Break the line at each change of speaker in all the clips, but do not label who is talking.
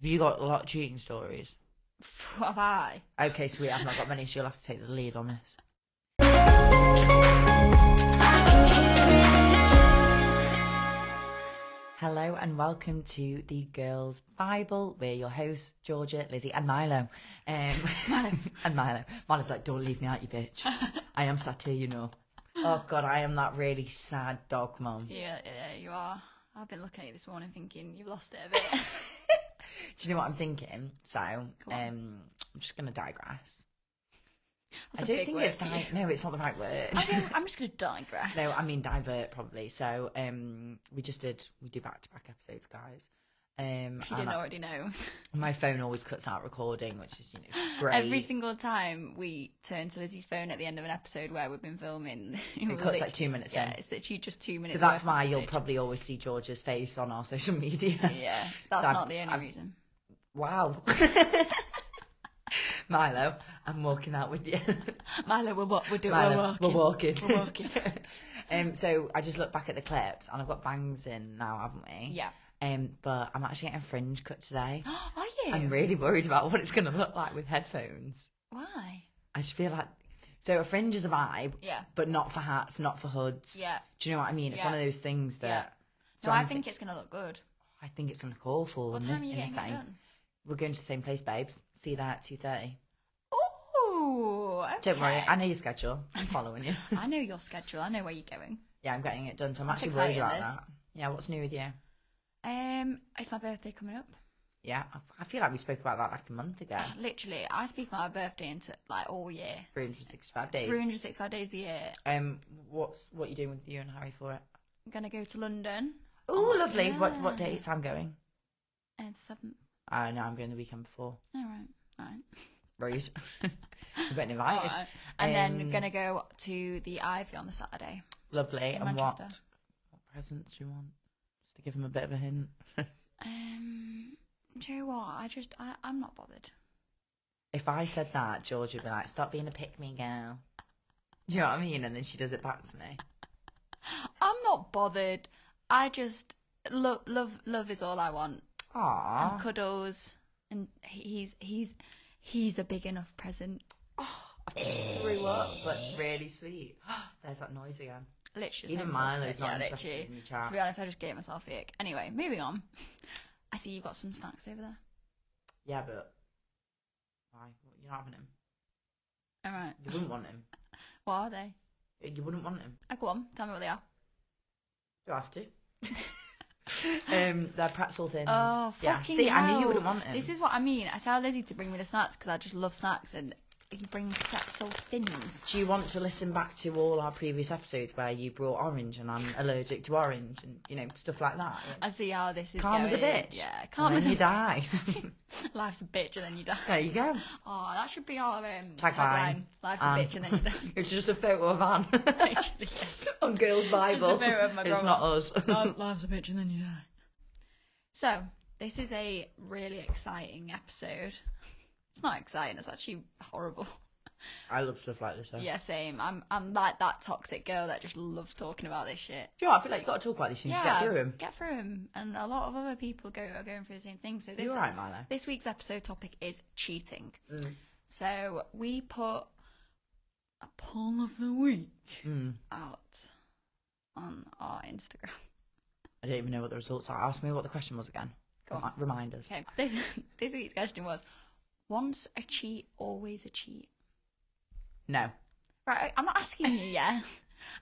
Have you got a lot of cheating stories?
What have I?
Okay, sweet. I've not got many, so you'll have to take the lead on this. Hello and welcome to the Girls Bible. We're your hosts, Georgia, Lizzie, and Milo. Um, Milo. and Milo. Milo's like, don't leave me out, you bitch. I am sat here, you know. Oh, God, I am that really sad dog mom.
Yeah, yeah, yeah, you are. I've been looking at you this morning thinking you've lost it a bit.
Do you know what I'm thinking? So, um,
Go on.
I'm just going to digress.
That's a
I don't
big
think
word
it's
for you.
di- no, it's not the right word.
I don't- I'm just going to digress.
No, I mean divert probably. So um, we just did we do back to back episodes, guys. Um,
if you
and
didn't
I-
already know.
my phone always cuts out recording, which is you know great.
Every single time we turn to Lizzie's phone at the end of an episode where we've been filming,
it cuts like two minutes in.
Yeah, it's literally just two minutes.
So that's
worth of
why you'll
footage.
probably always see George's face on our social media.
Yeah, that's
I've-
not the only
I've-
reason.
Wow. Milo, I'm walking out with you.
Milo, we're what we're doing.
Milo,
we're
walking.
We're walking.
um, so I just look back at the clips, and I've got bangs in now, haven't we?
yeah.
Um, but I'm actually getting a fringe cut today.
Are you?
I'm really worried about what it's going to look like with headphones.
Why?
I just feel like so a fringe is a vibe,
Yeah.
but not for hats, not for hoods.
Yeah.
Do you know what I mean? It's one of
Yeah.
those things that.
Yeah.
So
no, i
I'm-
think it's going to look good.
I think it's going to look awful.
What
and
time are
this-
you
and
getting
the
it
same.
done?
We're going to the same place, babes. See you there at two thirty.
Ooh. Okay.
Don't worry, I know your schedule. I'm following you.
I know your schedule. I know where you're going.
yeah, I'm getting it done. So I'm
That's
actually worried
exciting,
about
this.
that. Yeah, what's new with you?
Um, it's my birthday coming up.
Yeah, I, I feel like we spoke about that like a month ago.
Literally, I speak about my birthday into like all year,
365 days.
365 days a year.
Um, what's what you doing with you and Harry for it?
I'm gonna go to London.
Oh,
Oh,
lovely. What what
yeah.
dates I'm going?
And seventh.
Oh no, I'm going the weekend before.
All right, all right.
Rude. You've been
All
invited.
right. And then
Um,
we're gonna go to the Ivy on the Saturday.
Lovely.
in
And what,
Manchester.
what presents do you want? Just to give him a bit of a hint.
Um, do you know what? I just I I'm not bothered.
if I said that, George would be like, "Stop being a pick me girl." Do you know what I mean? And then she does it back to me.
I'm not bothered. I just love love love is all I want.
Aww.
And cuddles and he's he's he's a big enough present.
I just threw up, but really sweet. There's that noise again.
Literally,
Even
made me feel
Milo's
sick.
not
yeah,
interested
literally.
in your chat.
To be honest, I just gave myself the ick. Anyway, moving on. I see you've got some snacks over there.
Yeah, but why? You're not having him.
All right,
You wouldn't want him.
what are they?
You wouldn't want him.
Oh, go on, tell me what they are.
You have to. um, they're pretzel things.
Oh,
yeah.
fucking
See, I knew
hell.
you wouldn't want him.
This is what I mean. I tell Lizzie to bring me the snacks because I just love snacks, and he brings pretzel thins.
Do you want to listen back to all our previous episodes where you brought orange and I'm allergic to orange and you know stuff like that?
I see how this is
Calm as a
going.
bitch.
Yeah,
Can't
calm as a
you die.
Life's a bitch and then you die.
there you go.
Oh, that should be our um,
Tagline.
tagline. Life's
Um,
a bitch and then you die.
It's just a photo of Anne
Literally,
on Girls Bible.
photo of my
it's
grandma.
not us.
yeah. Life's a bitch and then you die. So, this is a really exciting episode. It's not exciting, it's actually horrible.
I love stuff like this. Though.
Yeah, same. I'm I'm like that toxic girl that just loves talking about this shit.
Do you know what? I feel like you got to talk about these things to get through them.
Get through 'em. And a lot of other people go are going through the same thing. So this
You're right, Mm. Milo.
this week's episode topic is cheating. So we put a poll of the week
Mm.
out on our Instagram.
I don't even know what the results are. Ask me what the question was again.
Go on.
Remi- Remind us.
Okay. This this week's question was once a cheat, always a cheat.
No.
Right, I- I'm not asking you, yeah.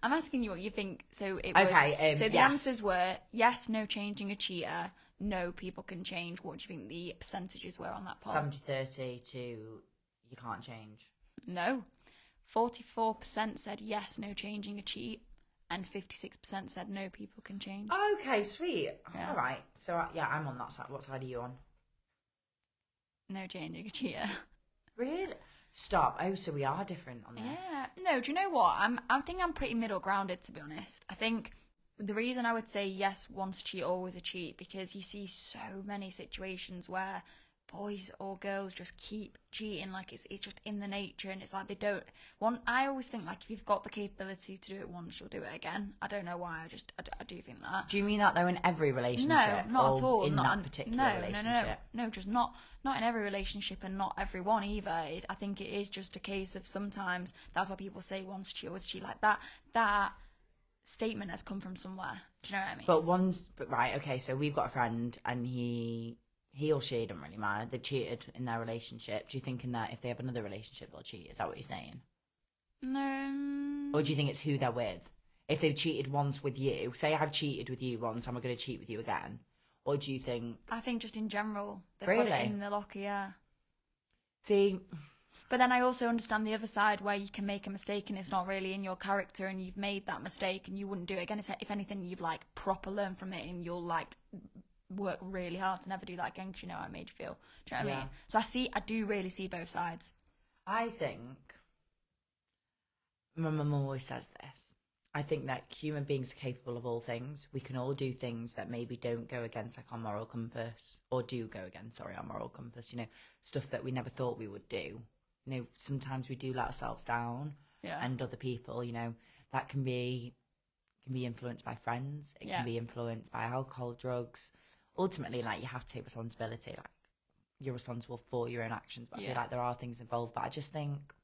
I'm asking you what you think. So it was.
Okay, um,
so the
yes.
answers were yes, no changing a cheater, no people can change. What do you think the percentages were on that poll?
70 30 to you can't change.
No, forty-four percent said yes, no changing a cheat, and fifty-six percent said no people can change.
Okay, sweet.
Yeah.
All right. So, I, yeah, I'm on that side. What side are you on?
No changing a cheater.
Really? Stop. Oh, so we are different on this.
Yeah. No, do you know what? I'm I think I'm pretty middle grounded to be honest. I think the reason I would say yes once a cheat always a cheat because you see so many situations where boys or girls just keep cheating. Like it's it's just in the nature, and it's like they don't want. I always think like if you've got the capability to do it once, you'll do it again. I don't know why. I just I, d- I do think that.
Do you mean that though in every relationship?
No, not
or
at all.
In
not
that
in-
particular
no,
relationship.
No, no, no, no, just not not in every relationship and not everyone either. It, I think it is just a case of sometimes that's why people say once she always she like that that statement has come from somewhere. Do you know what I mean?
But one's but right, okay, so we've got a friend and he he or she doesn't really matter. They've cheated in their relationship. Do you think in that if they have another relationship they'll cheat? Is that what you're saying?
no. mm,
Or do you think it's who they're with? If they've cheated once with you, say I've cheated with you once, am I gonna cheat with you again? Or do you think
I think just in general, they've got
Really?
it in the locker, yeah.
see
But then I also understand the other side where you can make a mistake and it's not really in your character and you've made that mistake and you wouldn't do it again. It's, if anything, you've like proper learned from it and you'll like work really hard to never do that again 'cause you know how it made you feel. Do you know what I
Yeah.
mean? So I see, I do really see both sides.
I think my mum always says this. I think that human beings are capable of all things. We can all do things that maybe don't go against like our moral compass, or do go against, sorry, our moral compass. You know, stuff that we never thought we would do. You know, sometimes we do let ourselves down
Yeah.
and other people. You know, that can be can be influenced by friends. It
Yeah.
can be influenced by alcohol, drugs. Ultimately, like you have to take responsibility. Like you're responsible for your own actions. But I
Yeah.
feel like there are things involved. But I just think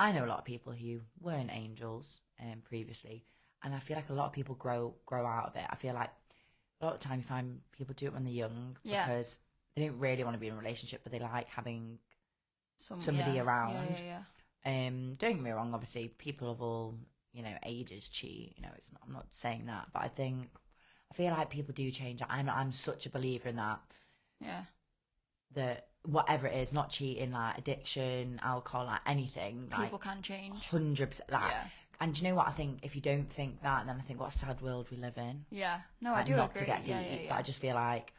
I know a lot of people who weren't angels um, previously, and I feel like a lot of people grow grow out of it. I feel like a lot of time you find people do it when they're young
Yeah.
because they don't really want to be in a relationship, but they like having.
Some-
somebody
yeah,
around.
Yeah, yeah, yeah.
Um, don't get me wrong. Obviously, people of all you know ages cheat. You know, it's not, I'm not saying that, but I think I feel like people do change. I'm I'm such a believer in that.
yeah.
That whatever it is, not cheating, like addiction, alcohol, like anything, like
People can change.
hundred percent that.
Yeah.
And do you know what I think? If you don't think that, then I think what a sad world we live in.
Yeah. No, I
Like,
do
not
agree.
to get deep,
yeah, yeah, yeah.
but I just feel like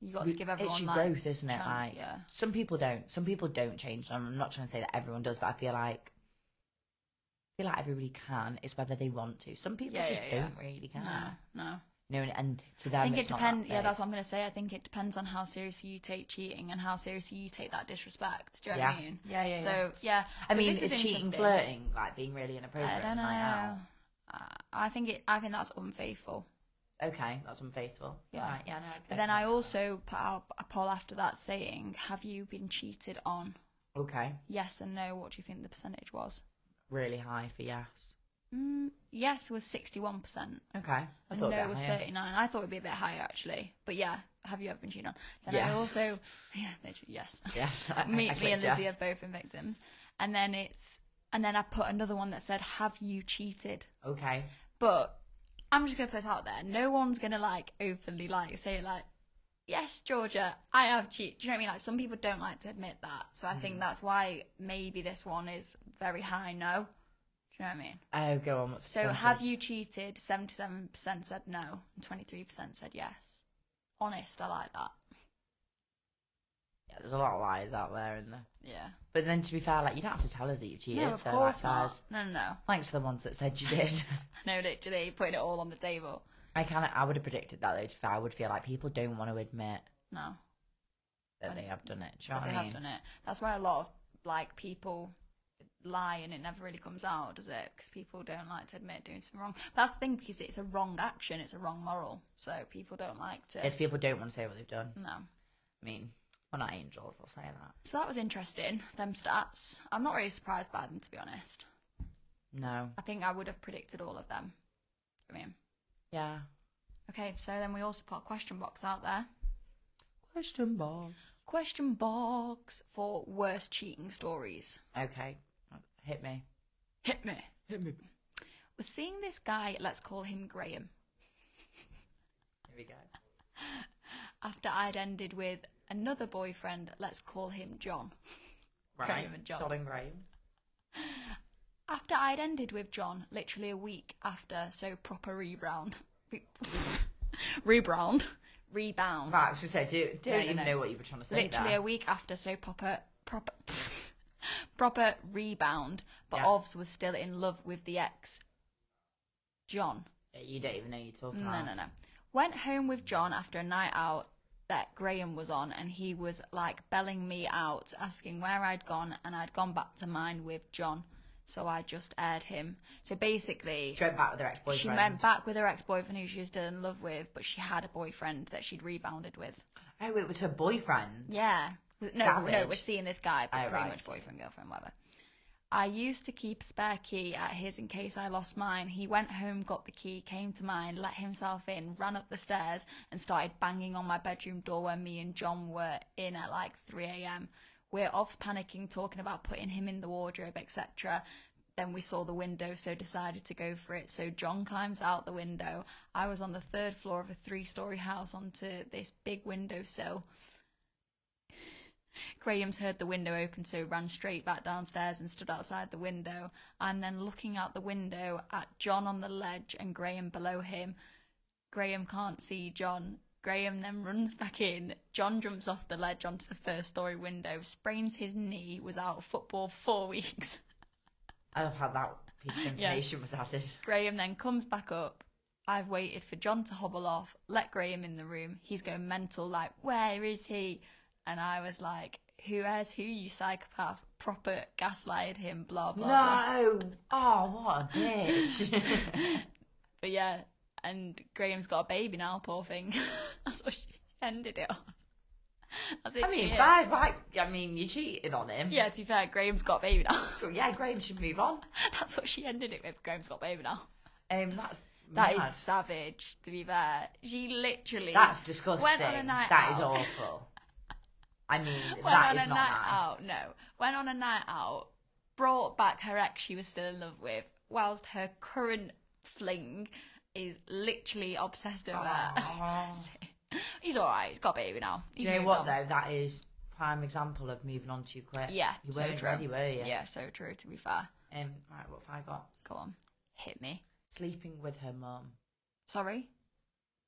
you got
we-
to give everyone
it's your
like,
growth, isn't it?
chance,
like
yeah.
some people don't. Some people don't change. And I'm not trying to say that everyone does, but I feel like I feel like everybody can. It's whether they want to. Some people
Yeah,
just
yeah, yeah.
don't really can.
No, no.
You know, and, and to them,
I think it
it's not that
depends. Yeah,
big.
that's what I'm going to say. I think it depends on how seriously you take cheating and how seriously you take that disrespect. Do you know
yeah.
what I mean?
yeah, yeah, yeah.
So yeah,
I
so
mean,
this
is cheating
interesting.
flirting like being really inappropriate?
I don't
and
know.
like,
I,
oh,
I think it. I think that's unfaithful.
okay, that's unfaithful.
Yeah.
Right, yeah, no, okay.
But then I also put out a poll after that saying, "Have you been cheated on?
okay,
Yes and no. What do you think the percentage was?
really high for yes.
Mm, yes was sixty-one percent.
Okay. I
And
thought
no,
that
it was
higher.
39. I thought it'd be a bit higher actually. But yeah, have you ever been cheated on? Then I
Yes.
also, yeah, literally, yes.
Yes. I- I-
me,
I
me and
clicked
Lizzie
yes.
have both been victims. And then it's, and then I put another one that said, "Have you cheated?"
Okay.
But I'm just gonna put it out there. No one's gonna like openly like say like, "Yes, Georgia, I have cheated." Do you know what I mean? Like some people don't like to admit that. So I
Mm.
think that's why maybe this one is very high. No, do you know what I mean?
Oh, go on. What's the
So have
percentage?
you cheated? Seventy-seven percent said no, and twenty-three percent said yes. Honest, I like that.
Yeah, there's a lot of lies out there, in there.
Yeah.
But then, to be fair, like you don't have to tell us that you've cheated.
no, of
so like,
course not.
there's-
No, no, no.
Thanks to the ones that said you did.
No, literally putting it all on the table.
I kind of, I would have predicted that though. To be fair, I would feel like people don't want to admit
No,
that they have done it. Do you know
but
what
they
I
have
mean?
done it. That's why a lot of like people lie and it never really comes out, does it? Because people don't like to admit doing something wrong. But that's the thing because it's a wrong action, it's a wrong moral, so people don't like to.
It's people don't want to say what they've done.
No.
I mean, we're not angels. I'll say that.
So that was interesting. Them stats. I'm not really surprised by them to be honest.
No.
I think I would have predicted all of them. I mean,
Yeah.
okay. So then we also put a question box out there.
Question box.
Question box for worst cheating stories.
Okay. Hit me.
Hit me.
Hit me.
We're seeing this guy. Let's call him Graham.
Here we go.
after I'd ended with another boyfriend, let's call him John.
Right.
Graham and John.
John and Graham.
After I'd ended with John, literally a week after, so proper rebound. Re- rebound. Rebound.
Right. I was just say, do don't
No, no,
even
no.
know what you were trying to say.
literally
there.
a week after, so proper proper proper rebound. But
Yeah.
Ovs was still in love with the ex John.
You don't even know you're talking
No,
about.
no, no. Went home with John after a night out. that Graham was on, and he was like belling me out, asking where I'd gone, and I'd gone back to mine with John. So I just aired him. So basically,
She went back with her ex-boyfriend.
she went back with her ex boyfriend who she was still in love with, but she had a boyfriend that she'd rebounded with.
Oh, it was her boyfriend.
Yeah. W- No, no,
Savage.
we're seeing this guy, but
Oh,
pretty
right.
much boyfriend, girlfriend, whatever. I used to keep a spare key at his in case I lost mine. He went home, got the key, came to mine, let himself in, ran up the stairs, and started banging on my bedroom door when me and John were in at like 3 a.m. We're offs panicking, talking about putting him in the wardrobe, etc. Then we saw the window, so decided to go for it. So John climbs out the window. I was on the third floor of a three story house onto this big windowsill. Graham's heard the window open, so ran straight back downstairs and stood outside the window. I'm then looking out the window at John on the ledge and Graham below him. Graham can't see John. Graham then runs back in. John jumps off the ledge onto the first story window, sprains his knee, was out football four weeks.
I love how that piece of
Yeah.
information was added.
Graham then comes back up. I've waited for John to hobble off, let Graham in the room. He's going mental, like, where is he? And I was like, who has who, you psychopath? Proper gaslighted him, blah, blah, blah.
No! Oh, what a bitch.
But yeah, and Graham's got a baby now, poor thing. That's what she ended it on. That's
I mean,
literally it.
bad, right? I mean, you cheated on him.
Yeah, to be fair, Graham's got a baby now.
Yeah, Graham should move on.
That's what she ended it with. Graham's got a baby now.
Um, that's
That is
mad.
savage, to be fair. She literally.
That's disgusting. That
Went
is
on a night out.
awful. I mean,
went
that
on
is
a
not
night
nice.
out. No, went on a night out, brought back her ex she was still in love with, whilst her current fling is literally obsessed with her.
Aw.
he's all right. He's got a baby now. He's
you know
moved
what
on.
though? That is prime example of moving on too quick.
Yeah,
you
so
weren't
true.
ready, were you?
Yeah, so true. To be fair,
Um, right, what have I got?
go on, hit me.
Sleeping with her mum.
Sorry,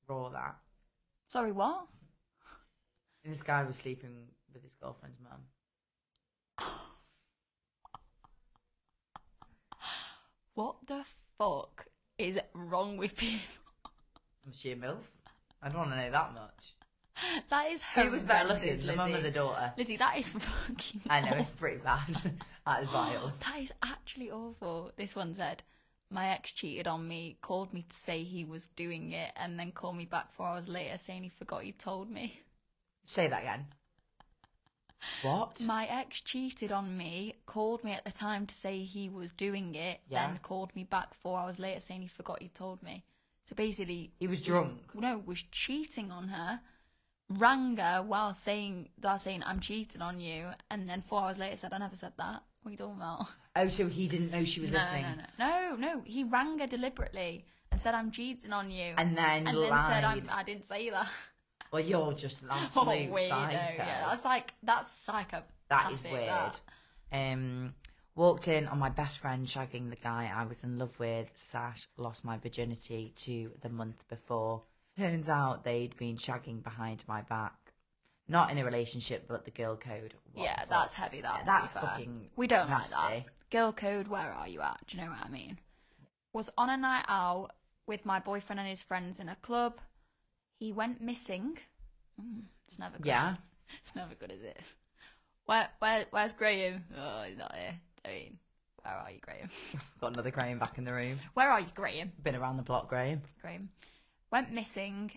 Raw that.
sorry, what?
And this guy was sleeping with his girlfriend's mum.
What the fuck is wrong with people?
Was she a milf? I don't want to know that much.
That is
Who was better
horrendous,
looking, the mum or
Lizzie.
the daughter?
Lizzie, that is fucking.
I know
awful.
it's pretty bad. that is vile.
That is actually awful. This one said, My ex cheated on me, called me to say he was doing it, and then called me back four hours later saying he forgot he told me.
Say that again. What?
My ex cheated on me, called me at the time to say he was doing it,
Yeah.
then called me back four hours later saying he forgot he told me. So basically,
He was drunk.
no, was cheating on her, rang her while saying, while saying I'm cheating on you, and then four hours later said, I never said that. What are you talking about?
Oh, so he didn't know she was
no,
listening.
No, no, no, no. He rang her deliberately and said, "I'm cheating on you,"
And then
and
lied.
then said, I'm, "I didn't say that."
Well, you're just an
Oh,
absolute
weirdo.
psycho.
Yeah, that's like that's psycho.
That is weird. Um, walked in on my best friend shagging the guy I was in love with. Sash lost my virginity to the month before. Turns out they'd been shagging behind my back. Not in a relationship, but the girl code. What the
Yeah,
fuck?
that's heavy. That
Yeah,
to
that's
be fair.
fucking
We don't like
nasty.
that. Girl code. Where are you at? Do you know what I mean? Was on a night out with my boyfriend and his friends in a club. He went missing. Mm, it's never good.
Yeah.
It's never good, is it? Where, where, where's Graham? Oh, he's not here. I mean, where are you, Graham?
Got another Graham back in the room.
Where are you, Graham?
Been around the block, Graham.
Graham went missing.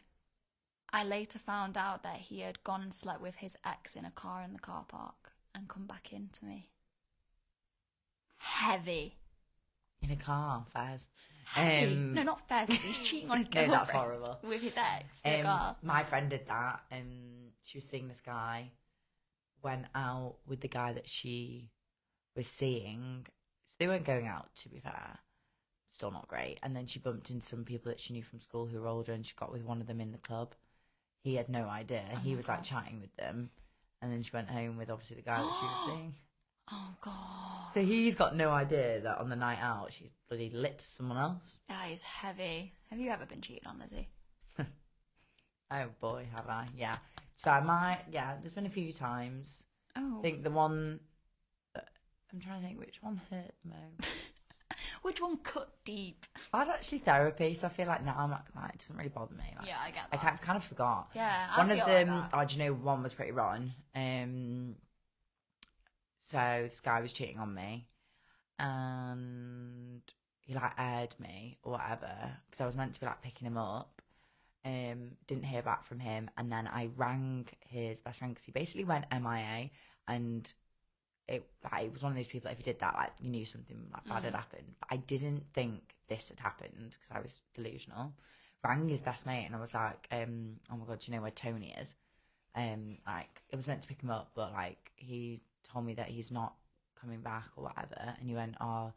I later found out that he had gone and slept with his ex in a car in the car park and come back in to me. Heavy.
In a car, Faz.
Heavy.
Um,
no, not fair. He's cheating on his
No,
girlfriend.
that's horrible.
With his ex in a
Um,
car.
my friend did that, and she was seeing this guy. Went out with the guy that she was seeing. So they weren't going out, to be fair. Still not great. And then she bumped into some people that she knew from school who were older, and she got with one of them in the club. He had no idea.
Oh
he
my
was like
God.
chatting with them, and then she went home with obviously the guy that she was seeing.
Oh, God.
So he's got no idea that on the night out she's bloody lipped someone else.
That is heavy. Have you ever been cheated on, Lizzie?
Oh boy, have I? Yeah. So I might. Yeah, there's been a few times.
Oh.
I think the one. I'm trying to think which one hurt the most.
which one cut deep?
But actually therapy, so I feel like now I'm like, like it doesn't really bother me. Like,
Yeah, I get
I
that.
kind of, kind of forgot.
Yeah, I
one
feel
of
like
them.
that.
oh, do you know one was pretty rotten? Um, so this guy was cheating on me, and he like aired me or whatever because I was meant to be like picking him up. Um, didn't hear back from him, and then I rang his best friend because he basically went MIA, and it like it was one of those people. If you did that, like you knew something like bad had happened. But I didn't think this had happened because I was delusional. Rang his best mate, and I was like, um, "Oh my god, do you know where Tony is?" Um, like it was meant to pick him up, but like he told me that he's not coming back or whatever. And he went, "Oh,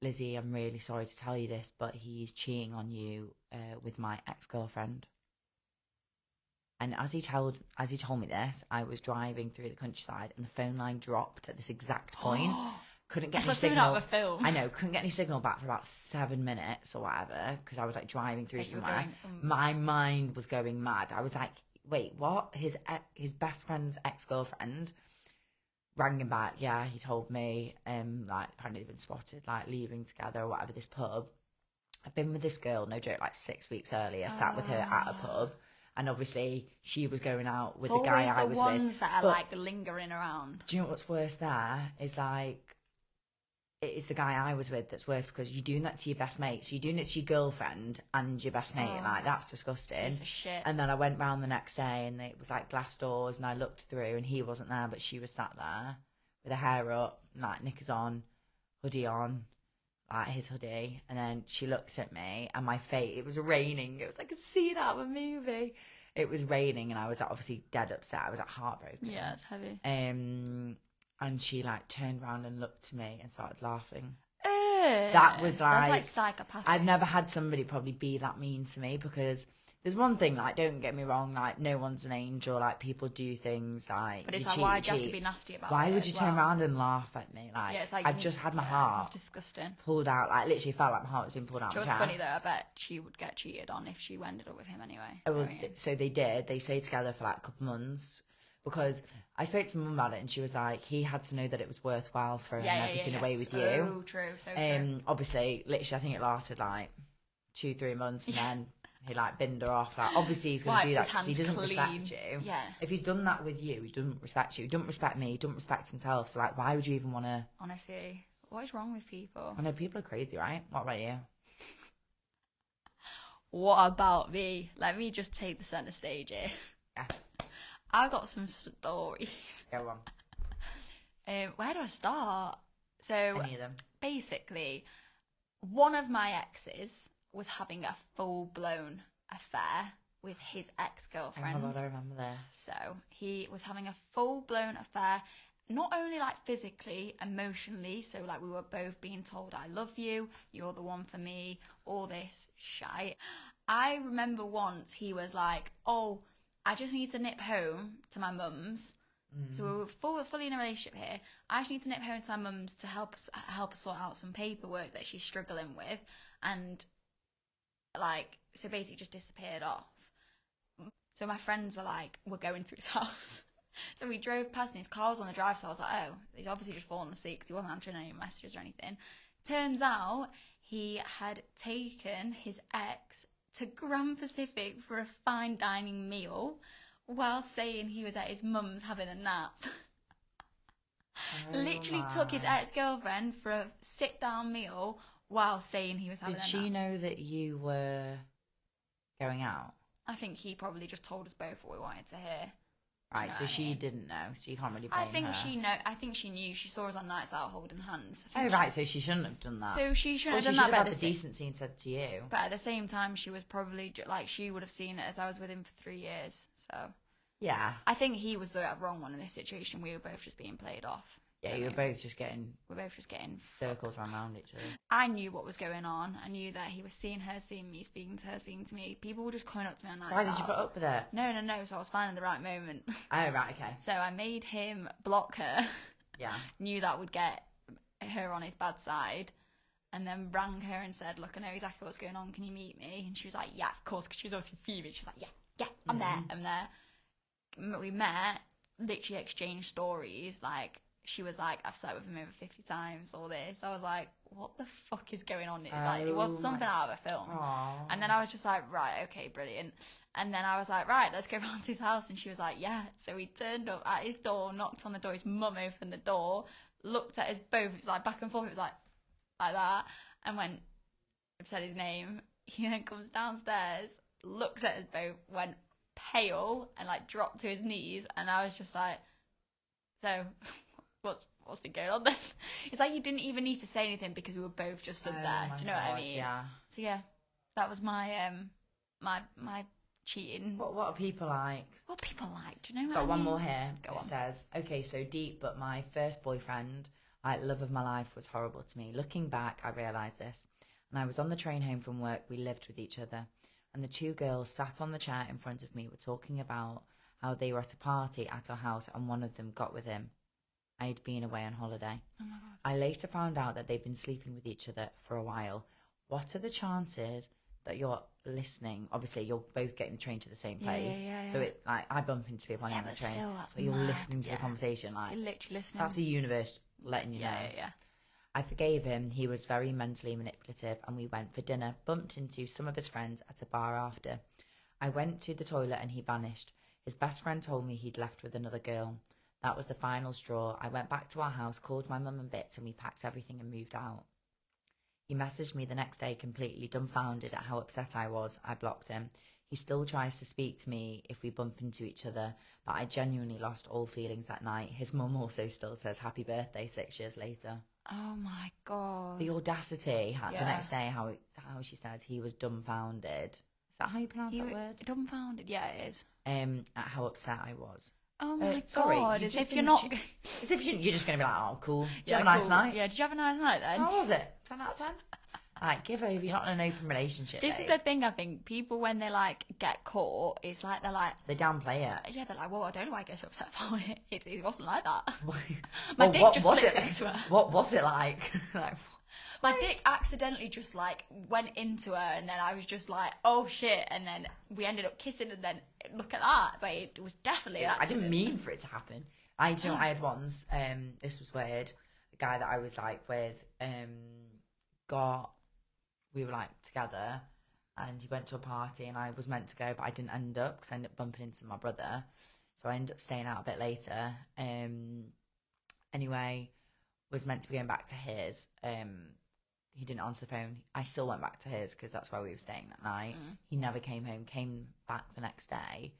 Lizzie, I'm really sorry to tell you this, but he's cheating on you uh, with my ex girlfriend." And as he told as he told me this, I was driving through the countryside, and the phone line dropped at this exact point. couldn't get
It's
any
like something
signal.
out of a film.
I know, couldn't get any signal back for about seven minutes or whatever because I was like driving through
Like, you were
somewhere.
going, mm.
My mind was going mad. I was like, wait, what? His ex- his best friend's ex girlfriend rang him back. Yeah, he told me. Um, like apparently they've been spotted like leaving together or whatever this pub. I've been with this girl, no joke, like six weeks earlier, sat with her at a pub. And obviously, she was going out with
Ah. It's
the guy
always
I
the
was
ones
with.
that are
But-
like lingering around.
do you know what's worse there is like it is the guy I was with that's worse because you're doing that to your best mate. So you're doing it to your girlfriend and your best mate. Like that's disgusting.
Piece of shit.
And then I went round the next day and it was like glass doors and I looked through and he wasn't there but she was sat there with her hair up, and, like knickers on, hoodie on, like his hoodie. And then she looked at me and my face it was raining. It was like a scene out of a movie. It was raining and I was like, obviously dead upset. I was like heartbroken.
Yeah, it's heavy.
Um, and she like turned around and looked to me and started laughing.
That
was
that's like
like-
psychopathic.
I've never had somebody probably be that mean to me because there's one thing like don't get me wrong like no one's an angel like people do things like
but it's
you
like,
cheat,
why do you have to
cheat.
be nasty about it?
why would
as
you turn
well?
around and laugh at me like,
Yeah, it's like
I've
you-
just had my
yeah,
heart
It's disgusting.
pulled out like literally felt like my heart was being pulled out.
It
my
was funny though.
chest.
I bet she would get cheated on if she ended up with him anyway.
Oh, well,
I mean,
th- so they did. They stayed together for like a couple months because I spoke to my mum about it and she was like, he had to know that it was worthwhile for him and everything away with you.
So true, so true.
Um, obviously, literally, I think it lasted like two, three months, and then he like binned her off. Like, obviously, he's going
Wiped
to do that
his
because he
hands
doesn't
clean.
respect you.
Yeah.
If he's done that with you, he doesn't respect you. He doesn't respect me. He doesn't respect himself. So, like, why would you even want to?
Honestly, what is wrong with people?
I know people are crazy, right? What about you?
What about me? Let me just take the centre stage here.
Yeah.
I've got some stories.
Go on.
Um, where do I start? So
Any of them?
basically, one of my exes was having a full blown affair with his ex
Oh my
girlfriend.
god, I remember this.
So he was having a full blown affair, not only like physically, emotionally. So, like, we were both being told, I love you, you're the one for me, all this shite. I remember once he was like, Oh, I just need to nip home to my mum's. So we were full, fully in a relationship here. I just need to nip home to my mum's to help us- help sort out some paperwork that she's struggling with, and like so basically just disappeared off. So my friends were like, we're going to his house. so we drove past and his car was on the drive. So I was like, oh, he's obviously just fallen asleep because he wasn't answering any messages or anything. Turns out he had taken his ex to Grand Pacific for a fine dining meal while saying he was at his mum's having a nap.
Oh
Literally took his ex girlfriend for a sit down meal while saying he was having
Did
a
she
nap.
know that you were going out?
I think he probably just told us both what we wanted to hear.
Right,
know
so
what I
she
mean?
didn't know, so you can't really blame
I think
her.
she know. I think she knew. She saw us on nights out holding hands. I
Oh
think
right,
she-
so she shouldn't have done that.
so she
Or
shouldn't
she
have
should
done that.
have
But at,
had
the
the
sa-
decency and said to you.
but at the same time, she was probably ju- like she would have seen it as I was with him for three years. So
Yeah.
I think he was the wrong one in this situation. We were both just being played off.
Yeah,
Don't
you were
know.
both just getting
We're both just getting.
circles around each other.
I knew what was going on. I knew that he was seeing her, seeing me, speaking to her, speaking to me. People were just coming up to me on nights
Why did
out.
you put up with it?
No, no, no. So I was finding the right moment.
Oh, right, okay.
so I made him block her.
Yeah.
knew that would get her on his bad side and then rang her and said, Look, I know exactly what's going on. Can you meet me? And she was like, Yeah, of course, because she was obviously fuming. She was like, Yeah, yeah, I'm there, I'm there. M- We met, literally exchanged stories. Like, she was like, I've slept with him over 50 times, all this. I was like, what the fuck is going on? It, like, it was
Oh
something out of a film.
Aww.
And then I was just like, right, okay, brilliant. And then I was like, right, let's go round to his house. And she was like, yeah. So we turned up at his door, knocked on the door. His mum opened the door, looked at us both. It was like back and forth. It was like, like that. And went, I've said his name. He then comes downstairs, looks at us both, went pale, and like dropped to his knees. And I was just like, so what's what's been going on then? It's like you didn't even need to say anything because we were both just stood there. Do you know what I mean?
Oh Yeah.
So yeah, that was my um my my cheating. What,
What What are people like?
people like? Do you know? What
Got
I
one
mean?
more here.
Go
it
on.
says, okay, so deep, but my first boyfriend, I, love of my life, was horrible to me. Looking back, I realised this. And I was on the train home from work. We lived with each other. And the two girls sat on the chair in front of me were talking about how they were at a party at our house and one of them got with him. I had been away on holiday.
Oh my god.
I later found out that they've been sleeping with each other for a while. What are the chances that you're listening? Obviously, you're both getting the train to the same
Yeah, yeah,
place.
yeah,
So
yeah.
it like I bump into people on
Yeah,
the
but
train,
still, that's
but you're
mad,
listening to
yeah.
the conversation. Like
You're literally listening.
that's the universe letting you
yeah,
know.
yeah, yeah.
I forgave him. He was very mentally manipulative, and we went for dinner. Bumped into some of his friends at a bar after. I went to the toilet and he vanished. His best friend told me he'd left with another girl. That was the final straw. I went back to our house, called my mum and bits, and we packed everything and moved out. He messaged me the next day completely dumbfounded at how upset I was. I blocked him. He still tries to speak to me if we bump into each other, but I genuinely lost all feelings that night. His mum also still says happy birthday six years later
Oh my god.
the audacity ha-
Yeah.
the next day how how she says he was dumbfounded is that how you pronounce
You-
that word
dumbfounded. Yeah, it is.
um at how upset i was
Oh my
Uh, sorry,
god.
you've
As
just
if you're
been
not.
che- as if you, you're just gonna be like oh cool did you
Yeah,
have a nice
cool.
night Oh,
Yeah. Did you have a nice night then?
how was it 10 out of 10 like give over you're not in an open relationship
This is
babe.
the thing I think people when they like get caught, it's like they're like,
they downplay it
yeah, they're like, well, I don't know why I get so upset about it. It, it wasn't like that. My
Well,
dick
what
just
was
slipped
it?
into her.
what was it like like
My dick accidentally just like went into her, and then I was just like, "Oh shit!" And then we ended up kissing, and then look at that. But it was definitely. An
I didn't
accident.
mean for it to happen. I do you know what I had once. Um, this was weird. A guy that I was like with um got we were like together, and he went to a party, and I was meant to go, but I didn't end up because I ended up bumping into my brother, so I ended up staying out a bit later. Um, anyway, was meant to be going back to his. Um, he didn't answer the phone. I still went back to his because that's where we were staying that night.
Mm.
He never came home. Came back the next day.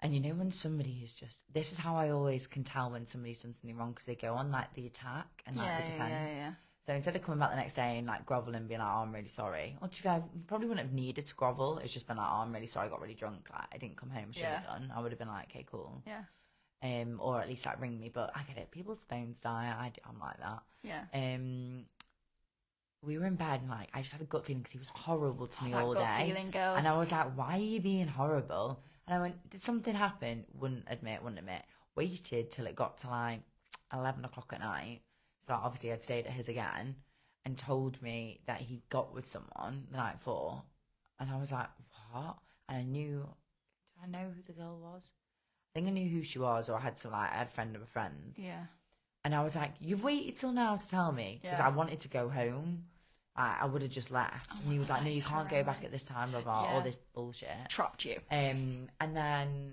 And you know when somebody is just this is how I always can tell when somebody's done something wrong because they go on like the attack and like the
yeah,
defense. So instead of coming back the next day and like groveling and being like, oh, I'm really sorry, or to be fair, you probably wouldn't have needed to grovel. It's just been like, oh, I'm really sorry, I got really drunk. Like, I didn't come home, I should have
Yeah.
done. I would have been like, okay, cool.
yeah,
Um, or at least like ring me. But I get it. People's phones die. I, I'm like that
yeah.
um we were in bed and like I just had a gut feeling because he was horrible to me
that
all
gut
day,
feeling, girls.
and I was like, "Why are you being horrible?" And I went, "Did something happen?" Wouldn't admit, wouldn't admit. Waited till it got to like eleven o'clock at night, so like, obviously I'd stayed at his again, and told me that he got with someone the night before, and I was like, "What?" And I knew, did I know who the girl was? I think I knew who she was, or I had some like I had a friend of a friend,
yeah.
and I was like, "You've waited till now to tell me because
Yeah.
I wanted to go home. I, I would have just left."
Oh
and he
my
was
God,
like, "No,
that's
you can't go back
horrendous.
at this time, blah blah,
Yeah.
all this bullshit."
Trapped you.
Um, and then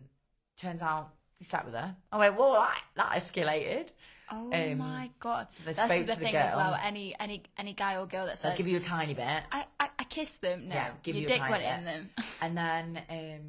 turns out he slept with her. I went, "Whoa, that, that escalated."
Oh
Um,
my god.
they
That's
spoke
the
to the
thing as
girl.
well. Any any any guy or girl that
So
says,
I'll give you a tiny bit,
I, "I I kissed them," no,
Yeah, give
your
you a
dick
tiny
went
bit.
in them.
and then um,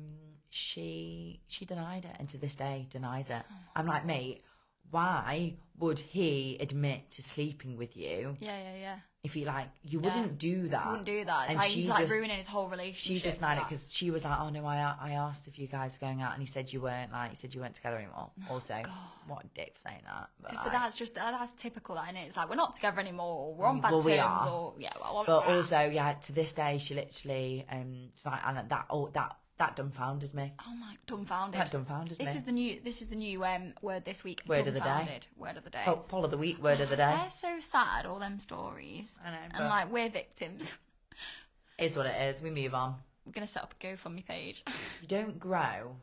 she she denied it, and to this day denies it.
Oh
I'm like, mate. Why would he admit to sleeping with you
yeah, yeah, yeah.
if he like you
Yeah.
wouldn't do that?
I wouldn't do that.
Uh,
It's
And
like
she
he's like
just-
ruining his whole relationship.
She just denied it
for that.
because she was like, "Oh no, I I asked if you guys were going out, and he said you weren't. Like, he said you weren't together anymore."
Oh
Also, what a dick for saying that. But,
But
like-
that's just that- that's typical, that, innit? It's like we're not together anymore. Or we're on
Mm,
bad
well, we
terms,
are.
or yeah. Well,
but also, yeah, to this day, she literally um, she's like, and that oh that that dumbfounded me.
oh my, dumbfounded.
That dumbfounded
This
me.
is the new. This is the new um, word this week.
Word of the day. Oh,
dumbfounded. Word of the day.
Poll, poll of the week, word of the day.
They're so sad. All them stories.
I know, but-
And like we're victims.
Is what it is. We move on.
We're gonna set up a GoFundMe page.
You don't grow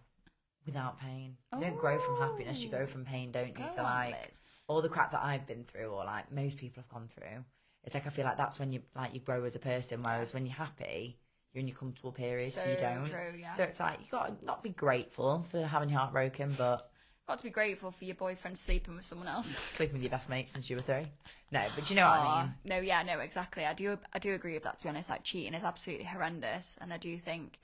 without pain. You don't grow from happiness. You grow from pain, don't you?
Go
so
on,
like
Liz.
all the crap that I've been through, or like most people have gone through, It's like I feel like that's when you like you grow as a person, whereas when you're happy, you're in your comfortable period, so, you
So
don't.
true, yeah.
So it's like you gotta not be grateful for having your heart broken, but
Got to be grateful for your boyfriend sleeping with someone else.
sleeping with your best mate since you were three. No, but you know what I mean.
Aw, No, yeah, no, exactly. I do, I do agree with that. To be honest, like cheating is absolutely horrendous, and I do think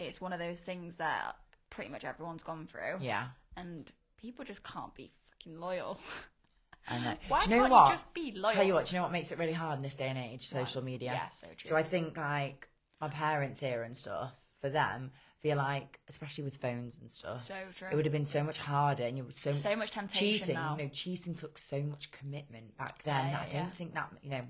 it's one of those things that pretty much everyone's gone through,
Yeah,
and people just can't be fucking loyal.
I know.
Why
do you know
can't
what?
you just be loyal?
Tell you what, do you know what makes it really hard in this day and age? Social media.
Yeah, so true.
So I think like my parents here and stuff, for them, feel like especially with phones and stuff,
so true.
it would have been so much harder and you would so,
so much temptation
cheating.
now.
You know, cheating took so much commitment back then.
Yeah,
that I
yeah,
don't
yeah.
think that you know you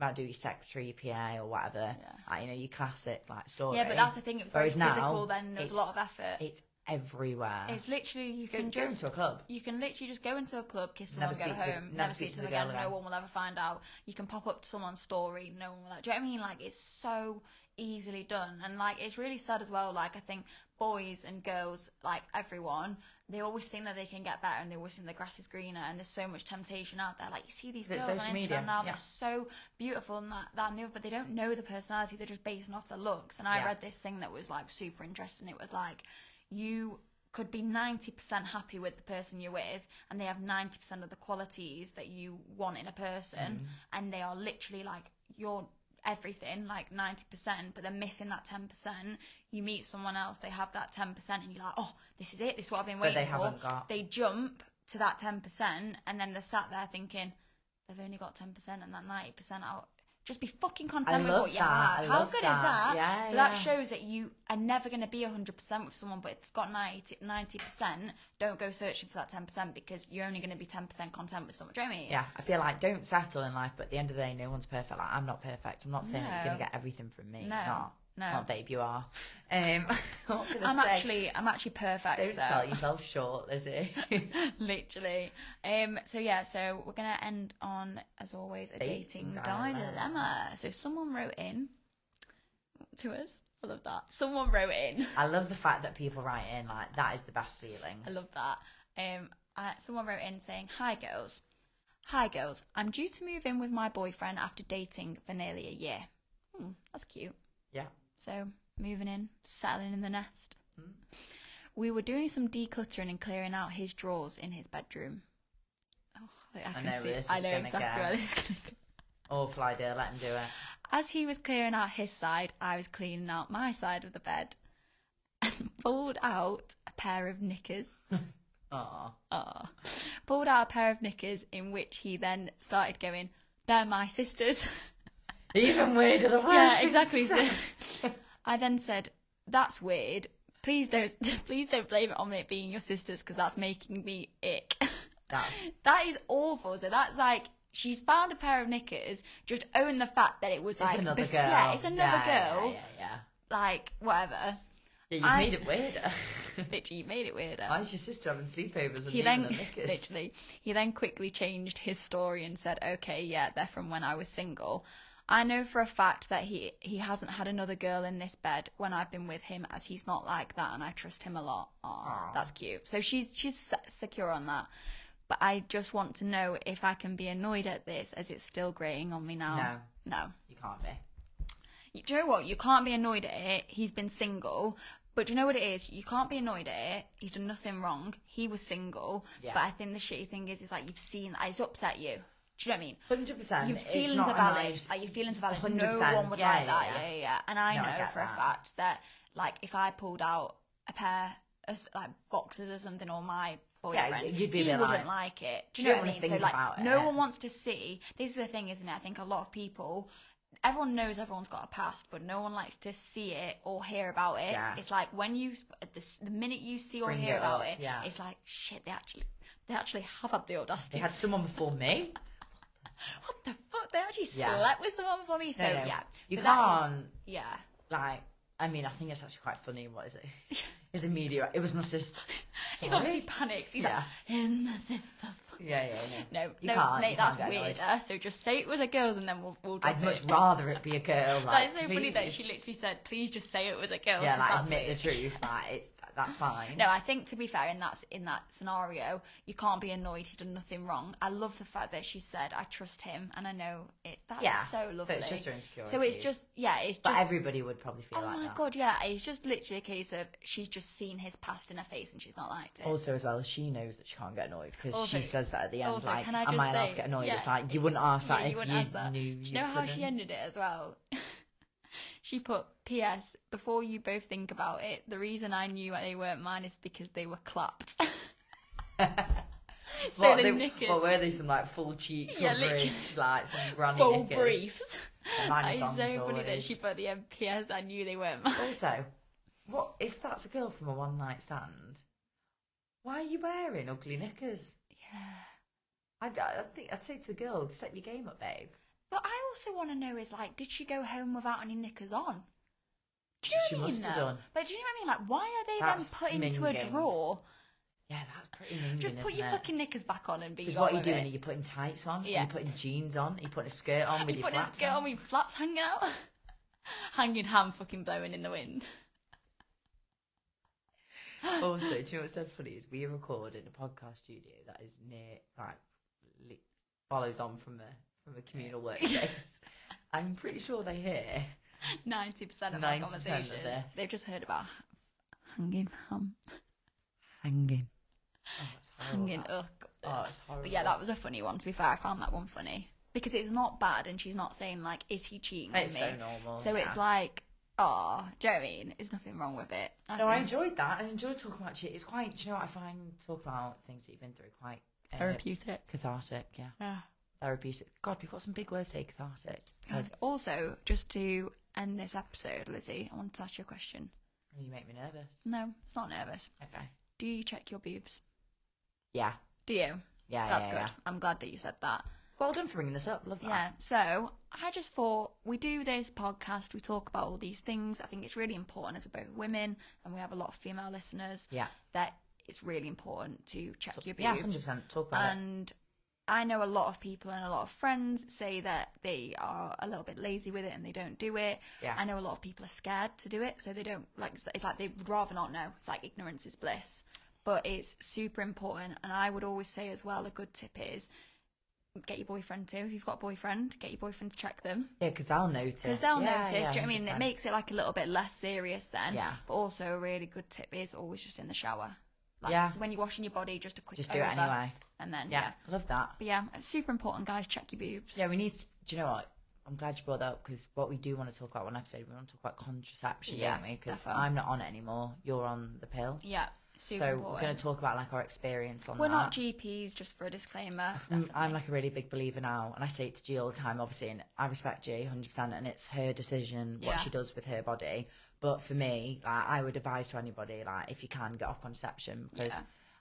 might do your secretary, your PA, or whatever.
Yeah.
Like, you know, your classic like story.
yeah, but that's the thing. It was very
Whereas now,
physical then. There was a
it's-
lot of effort.
it's everywhere.
It's literally you
Go-
can
go
just
into a club.
you can literally just go into a club, kiss
Never
someone, go
speak to the-
home, never speak to them again. No one will ever find out. You can pop up to someone's story, no one will. Like, do you know what I mean? Like it's so easily done, and like it's really sad as well. Like I think boys and girls, like everyone, they always think that they can get better, and they always think the grass is greener. And there's so much temptation out there. Like you see these
But it's
girls on
social
Instagram
media,
now,
yeah.
they're so beautiful and that that and the other, but they don't know the personality. They're just basing off the looks. And I
Yeah.
read this thing that was like super interesting. It was like you could be 90% happy with the person you're with and they have 90% of the qualities that you want in a
Mm-hmm.
person and they are literally like your everything like 90% but they're missing that 10% you meet someone else they have that 10% and you're like oh this is it this is what i've been
But
waiting
they
for
haven't got-
they jump to that 10% and then they're sat there thinking they've only got 10% and that 90% out just be fucking content with
love
what you
that.
have
I
how
love
good is
that.
that
Yeah,
so that
yeah.
shows shows that you are never going to be 100% with someone, but if you've got 90, 90%, don't go searching for that 10% because you're only going to be 10% content with someone. Do you know what I mean?
Yeah, I feel like don't settle in life, but at the end of the day, no one's perfect. Like I'm not perfect. I'm not saying that you're gonna
No.
get everything from me.
No,
You're Not,
no.
not babe, you are. Um, what was I gonna
I'm
say?
actually, I'm actually perfect.
don't
so.
sell yourself short, is it?
Literally. Um, so yeah, so we're gonna end on, as always, a
Dating
dating,
dilemma.
dilemma. So someone wrote in to us. I love that. Someone wrote in.
I love the fact that people write in like that is the best feeling.
I love that. Um, I, someone wrote in saying, "Hi girls, hi girls. I'm due to move in with my boyfriend after dating for nearly a year. Hmm, that's cute.
Yeah.
So moving in, settling in the nest.
Hmm.
We were doing some decluttering and clearing out his drawers in his bedroom. Oh, I, I can
know where
see.
this
I
is
know
gonna
exactly
go.
where this is going to go.
Awful idea. Let him do it.
As he was clearing out his side, I was cleaning out my side of the bed and pulled out a pair of knickers."
Aw.
Ah. Pulled out a pair of knickers in which he then started going, They're my sisters.
Even weirder than
yeah,
worse.
exactly. So I then said, That's weird. Please don't please don't blame it on it being your sisters because that's making me ick.
That's
that is awful. So that's like She's found a pair of knickers. Just own the fact that it was
it's
like,
another
bef-
girl.
yeah, it's another
Yeah,
girl.
Yeah, yeah,
Like whatever.
yeah. yeah you
I-
made it weirder.
Literally, you made it weirder.
Why is your sister having sleepovers and
He
leaving
then
the knickers?
literally he then quickly changed his story and said, "Okay, yeah, they're from when I was single. I know for a fact that he he hasn't had another girl in this bed when I've been with him, as he's not like that, and I trust him a lot. Aw,
Aw.
that's cute. So she's she's se- secure on that." But I just want to know if I can be annoyed at this, as it's still grating on me now. No. No.
You can't be.
You- Do you know what? You can't be annoyed at it. He's been single. But do you know what it is? You can't be annoyed at it. He's done nothing wrong. He was single.
Yeah.
But I think the shitty thing is, is like you've seen, it's upset you. Do you know what I mean?
Hundred percent.
Your
it's
feelings
not
are
a
valid.
nice-
Like your feelings are valid.
100%.
No one would
Yeah,
like
yeah,
that.
yeah.
Yeah, yeah. And I
No, I
know
get
for
that.
a fact that, like, if I pulled out a pair of s- like boxes or something, or my boyfriend,
you'd be a
he
bit
wouldn't
like,
like, it. Do you
"You
know
don't
what I mean?
wanna
so
think
like,
about
no
it."
one wants to see. This is the thing, isn't it? I think a lot of people. Everyone knows everyone's got a past, but no one likes to see it or hear about it.
Yeah.
It's like when you, at the, s- the minute you see or
Bring
hear
it
about
up,
it,
yeah.
it's like shit. They actually, they actually have had the audacity.
They had
to
someone before me.
what the fuck? They actually
Yeah.
slept with someone before me. So
No, no.
yeah,
You
So that is-
can't
yeah,
like. I mean, I think it's actually quite funny. What is it? It's a meteor. It was my sister.
he's
Sorry?
obviously panicked. He's
Yeah.
like, "In the fuck."
Yeah, yeah, yeah.
No,
You
no,
can't,
mate,
you
that's
can't get annoyed.
weirder. So just say it was a girl's, and then we'll we'll drop
I'd much
it.
rather it be a girl. Like,
That's so funny
please.
that she literally said, "Please just say it was a girl."
Yeah,
'cause
like
that's
admit
weird."
the truth. Like it's that's fine.
No, I think to be fair, in that in that scenario, you can't be annoyed. He's done nothing wrong. I love the fact that she said, "I trust him," and I know it. That's
yeah.
so lovely.
So it's just her insecurities.
So it's just- yeah, it's
But
just.
everybody would probably feel
Oh
like
my
that.
god, yeah, it's just literally a case of she's just seen his past in her face and she's not liked it.
Also, as well, she knows that she can't get annoyed because
Also-
she says that at the end.
also,
like,
can I
am
just
I allowed
say-
to get annoyed?
yeah,
it's like you wouldn't ask that
yeah,
if
you wouldn't ask that.
knew.
Do you know how she ended it as well? she put, P.S. Before you both think about it, the reason I knew they weren't mine is because they were clapped. so
what,
the
they,
knickers,
What were they? Some like full cheek
Yeah,
coverage,
literally.
like some granny
full
knickers.
briefs.
and
That
many
is so
thongs or
funny that
whatever.
she put the end, P.S. I knew they weren't mine.
Also, what if that's a girl from a one night stand? Why are you wearing ugly knickers?
Yeah.
I'd, I think I'd say to the girl, step your game up, babe.
But I also want to know is like, did she go home without any knickers on? Do
She
you know what I mean?
must have
though?
done.
But do you know what I mean? Like, why are they
That's
then put into a
minging.
drawer?
Yeah, that's pretty minging,
Just put
isn't
your
it?
fucking knickers back on and be.
Because
gone
what are you
with
doing?
it.
Are you putting tights on?
Yeah.
Are you putting jeans on? Are you putting a skirt on with
You
your
put this
flaps
girl
on?
with flaps hanging out, hanging ham fucking blowing in the wind.
also, do you know what's dead funny is we record in a podcast studio that is near, like, li- follows on from a from a communal workspace. I'm pretty sure they hear.
Ninety percent of our
90% of
conversation,
this.
they've just heard about hanging ham,
Hanging. Oh, that's horrible.
hanging.
that.
Oh,
Oh,
God.
it's horrible.
But yeah, that was a funny one. To be fair, I found that one funny because it's not bad, and she's not saying like, "Is he cheating on
It's
me?"
so normal.
So
yeah.
it's like, oh, do you know what I mean? There's nothing wrong with it. I
No, I
think
enjoyed that. I enjoyed talking about shit. It's quite, do you know what I find talk about things that you've been through quite uh,
therapeutic.
cathartic, yeah.
Yeah.
Therapeutic. God, we've got some big words here, cathartic.
Perfect. Also, just to end this episode, Lizzie, I wanted to ask you a question.
You make me nervous.
No, it's not nervous.
Okay.
Do you check your boobs?
Yeah.
Do you?
Yeah.
That's
yeah,
good.
yeah.
I'm glad that you said that.
Well done for bringing this up. Love that.
Yeah. So I just thought we do this podcast, we talk about all these things. I think it's really important as we're both women and we have a lot of female listeners
Yeah.
that it's really important to check your boobs.
Yeah, hundred percent. Talk about it.
and I know a lot of people and a lot of friends say that they are a little bit lazy with it and they don't do it.
Yeah.
I know a lot of people are scared to do it, so they don't like. It's like they would rather not know. It's like ignorance is bliss, but it's super important. And I would always say as well, a good tip is get your boyfriend too. If you've got a boyfriend, get your boyfriend to check them
Yeah, because they'll notice.
because they'll
yeah,
notice.
Yeah,
do you know what I mean? It
100%.
makes it like a little bit less serious then.
Yeah.
But also, a really good tip is always just in the shower. Like
Yeah.
When you're washing your body, just a quick
Just do it
over,
anyway.
and then
Yeah,
yeah.
love that.
But yeah, it's super important, guys. Check your boobs.
Yeah, we need. To, do you know what? I'm glad you brought that up because what we do want to talk about one episode, we want to talk about contraception,
Yeah,
don't we? Because
definitely.
I'm not on it anymore. You're on the pill.
Yeah, super
so we're
important.
going to talk about like our experience on
We're
that.
not GPs, just for a disclaimer.
Mm, I'm like a really big believer now, and I say it to G all the time, obviously, and I respect G 100%, and it's her decision what
Yeah.
she does with her body. But for me, like, I would advise to anybody, like, if you can get off contraception, because
Yeah.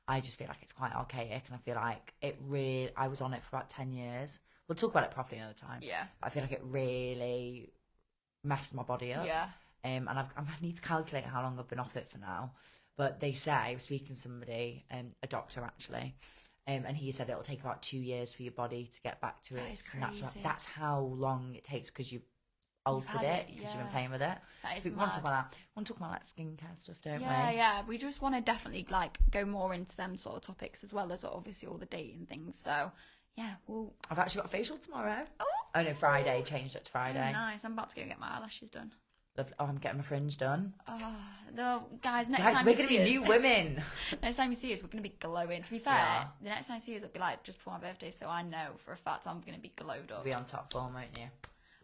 I just feel like it's quite archaic, and I feel like it really, I was on it for about 10 years. We'll talk about it properly another time.
yeah,
I feel like it really messed my body up.
yeah,
Um, and I've, I need to calculate how long I've been off it for now. But they say, I was speaking to somebody, um, a doctor actually, um, and he said it'll take about two years for your body to get back to
That
its
is
natural.
crazy.
That's how long it takes because you've altered
had
it,
it,
because you've been
yeah.
playing with it.
that is
we want to
mad.
talk about that. We want to talk about like skincare stuff, don't
yeah,
we?
yeah. We just want to definitely like go more into them sort of topics as well as obviously all the dating things. So yeah, we'll.
I've actually got a facial tomorrow.
Oh,
Oh no, Friday. Changed it to
oh,
Friday.
nice. I'm about to go get my eyelashes done.
Lovely. Oh, I'm getting my fringe done.
Oh, no, guys. Next
Guys,
time
we're
you
gonna
see
be
us,
new women.
next time you see us, we're gonna be glowing. To be fair,
Yeah.
the next time I see us, it'll be like just before my birthday, so I know for a fact I'm gonna be glowed
You'll
up.
be on top form, won't you?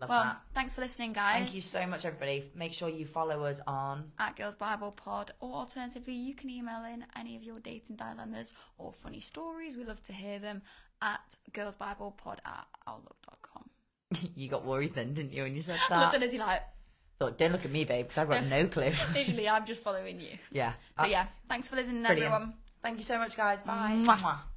Love
Well,
that.
thanks for listening, guys.
Thank you so much, everybody. Make sure you follow us on
at Girls Bible Pod, or alternatively, you can email in any of your dating dilemmas or funny stories. We love to hear them at girlsbiblepod at outlook.com.
you got worried then, didn't you, when you said
Looked
that?
at Lizzie like,
Thought, don't look at me, babe, because I've got no clue.
literally, I'm just following you.
yeah.
So,
Uh,
yeah, thanks for listening,
Brilliant.
everyone.
Thank you so much, guys. Bye.
Mwah.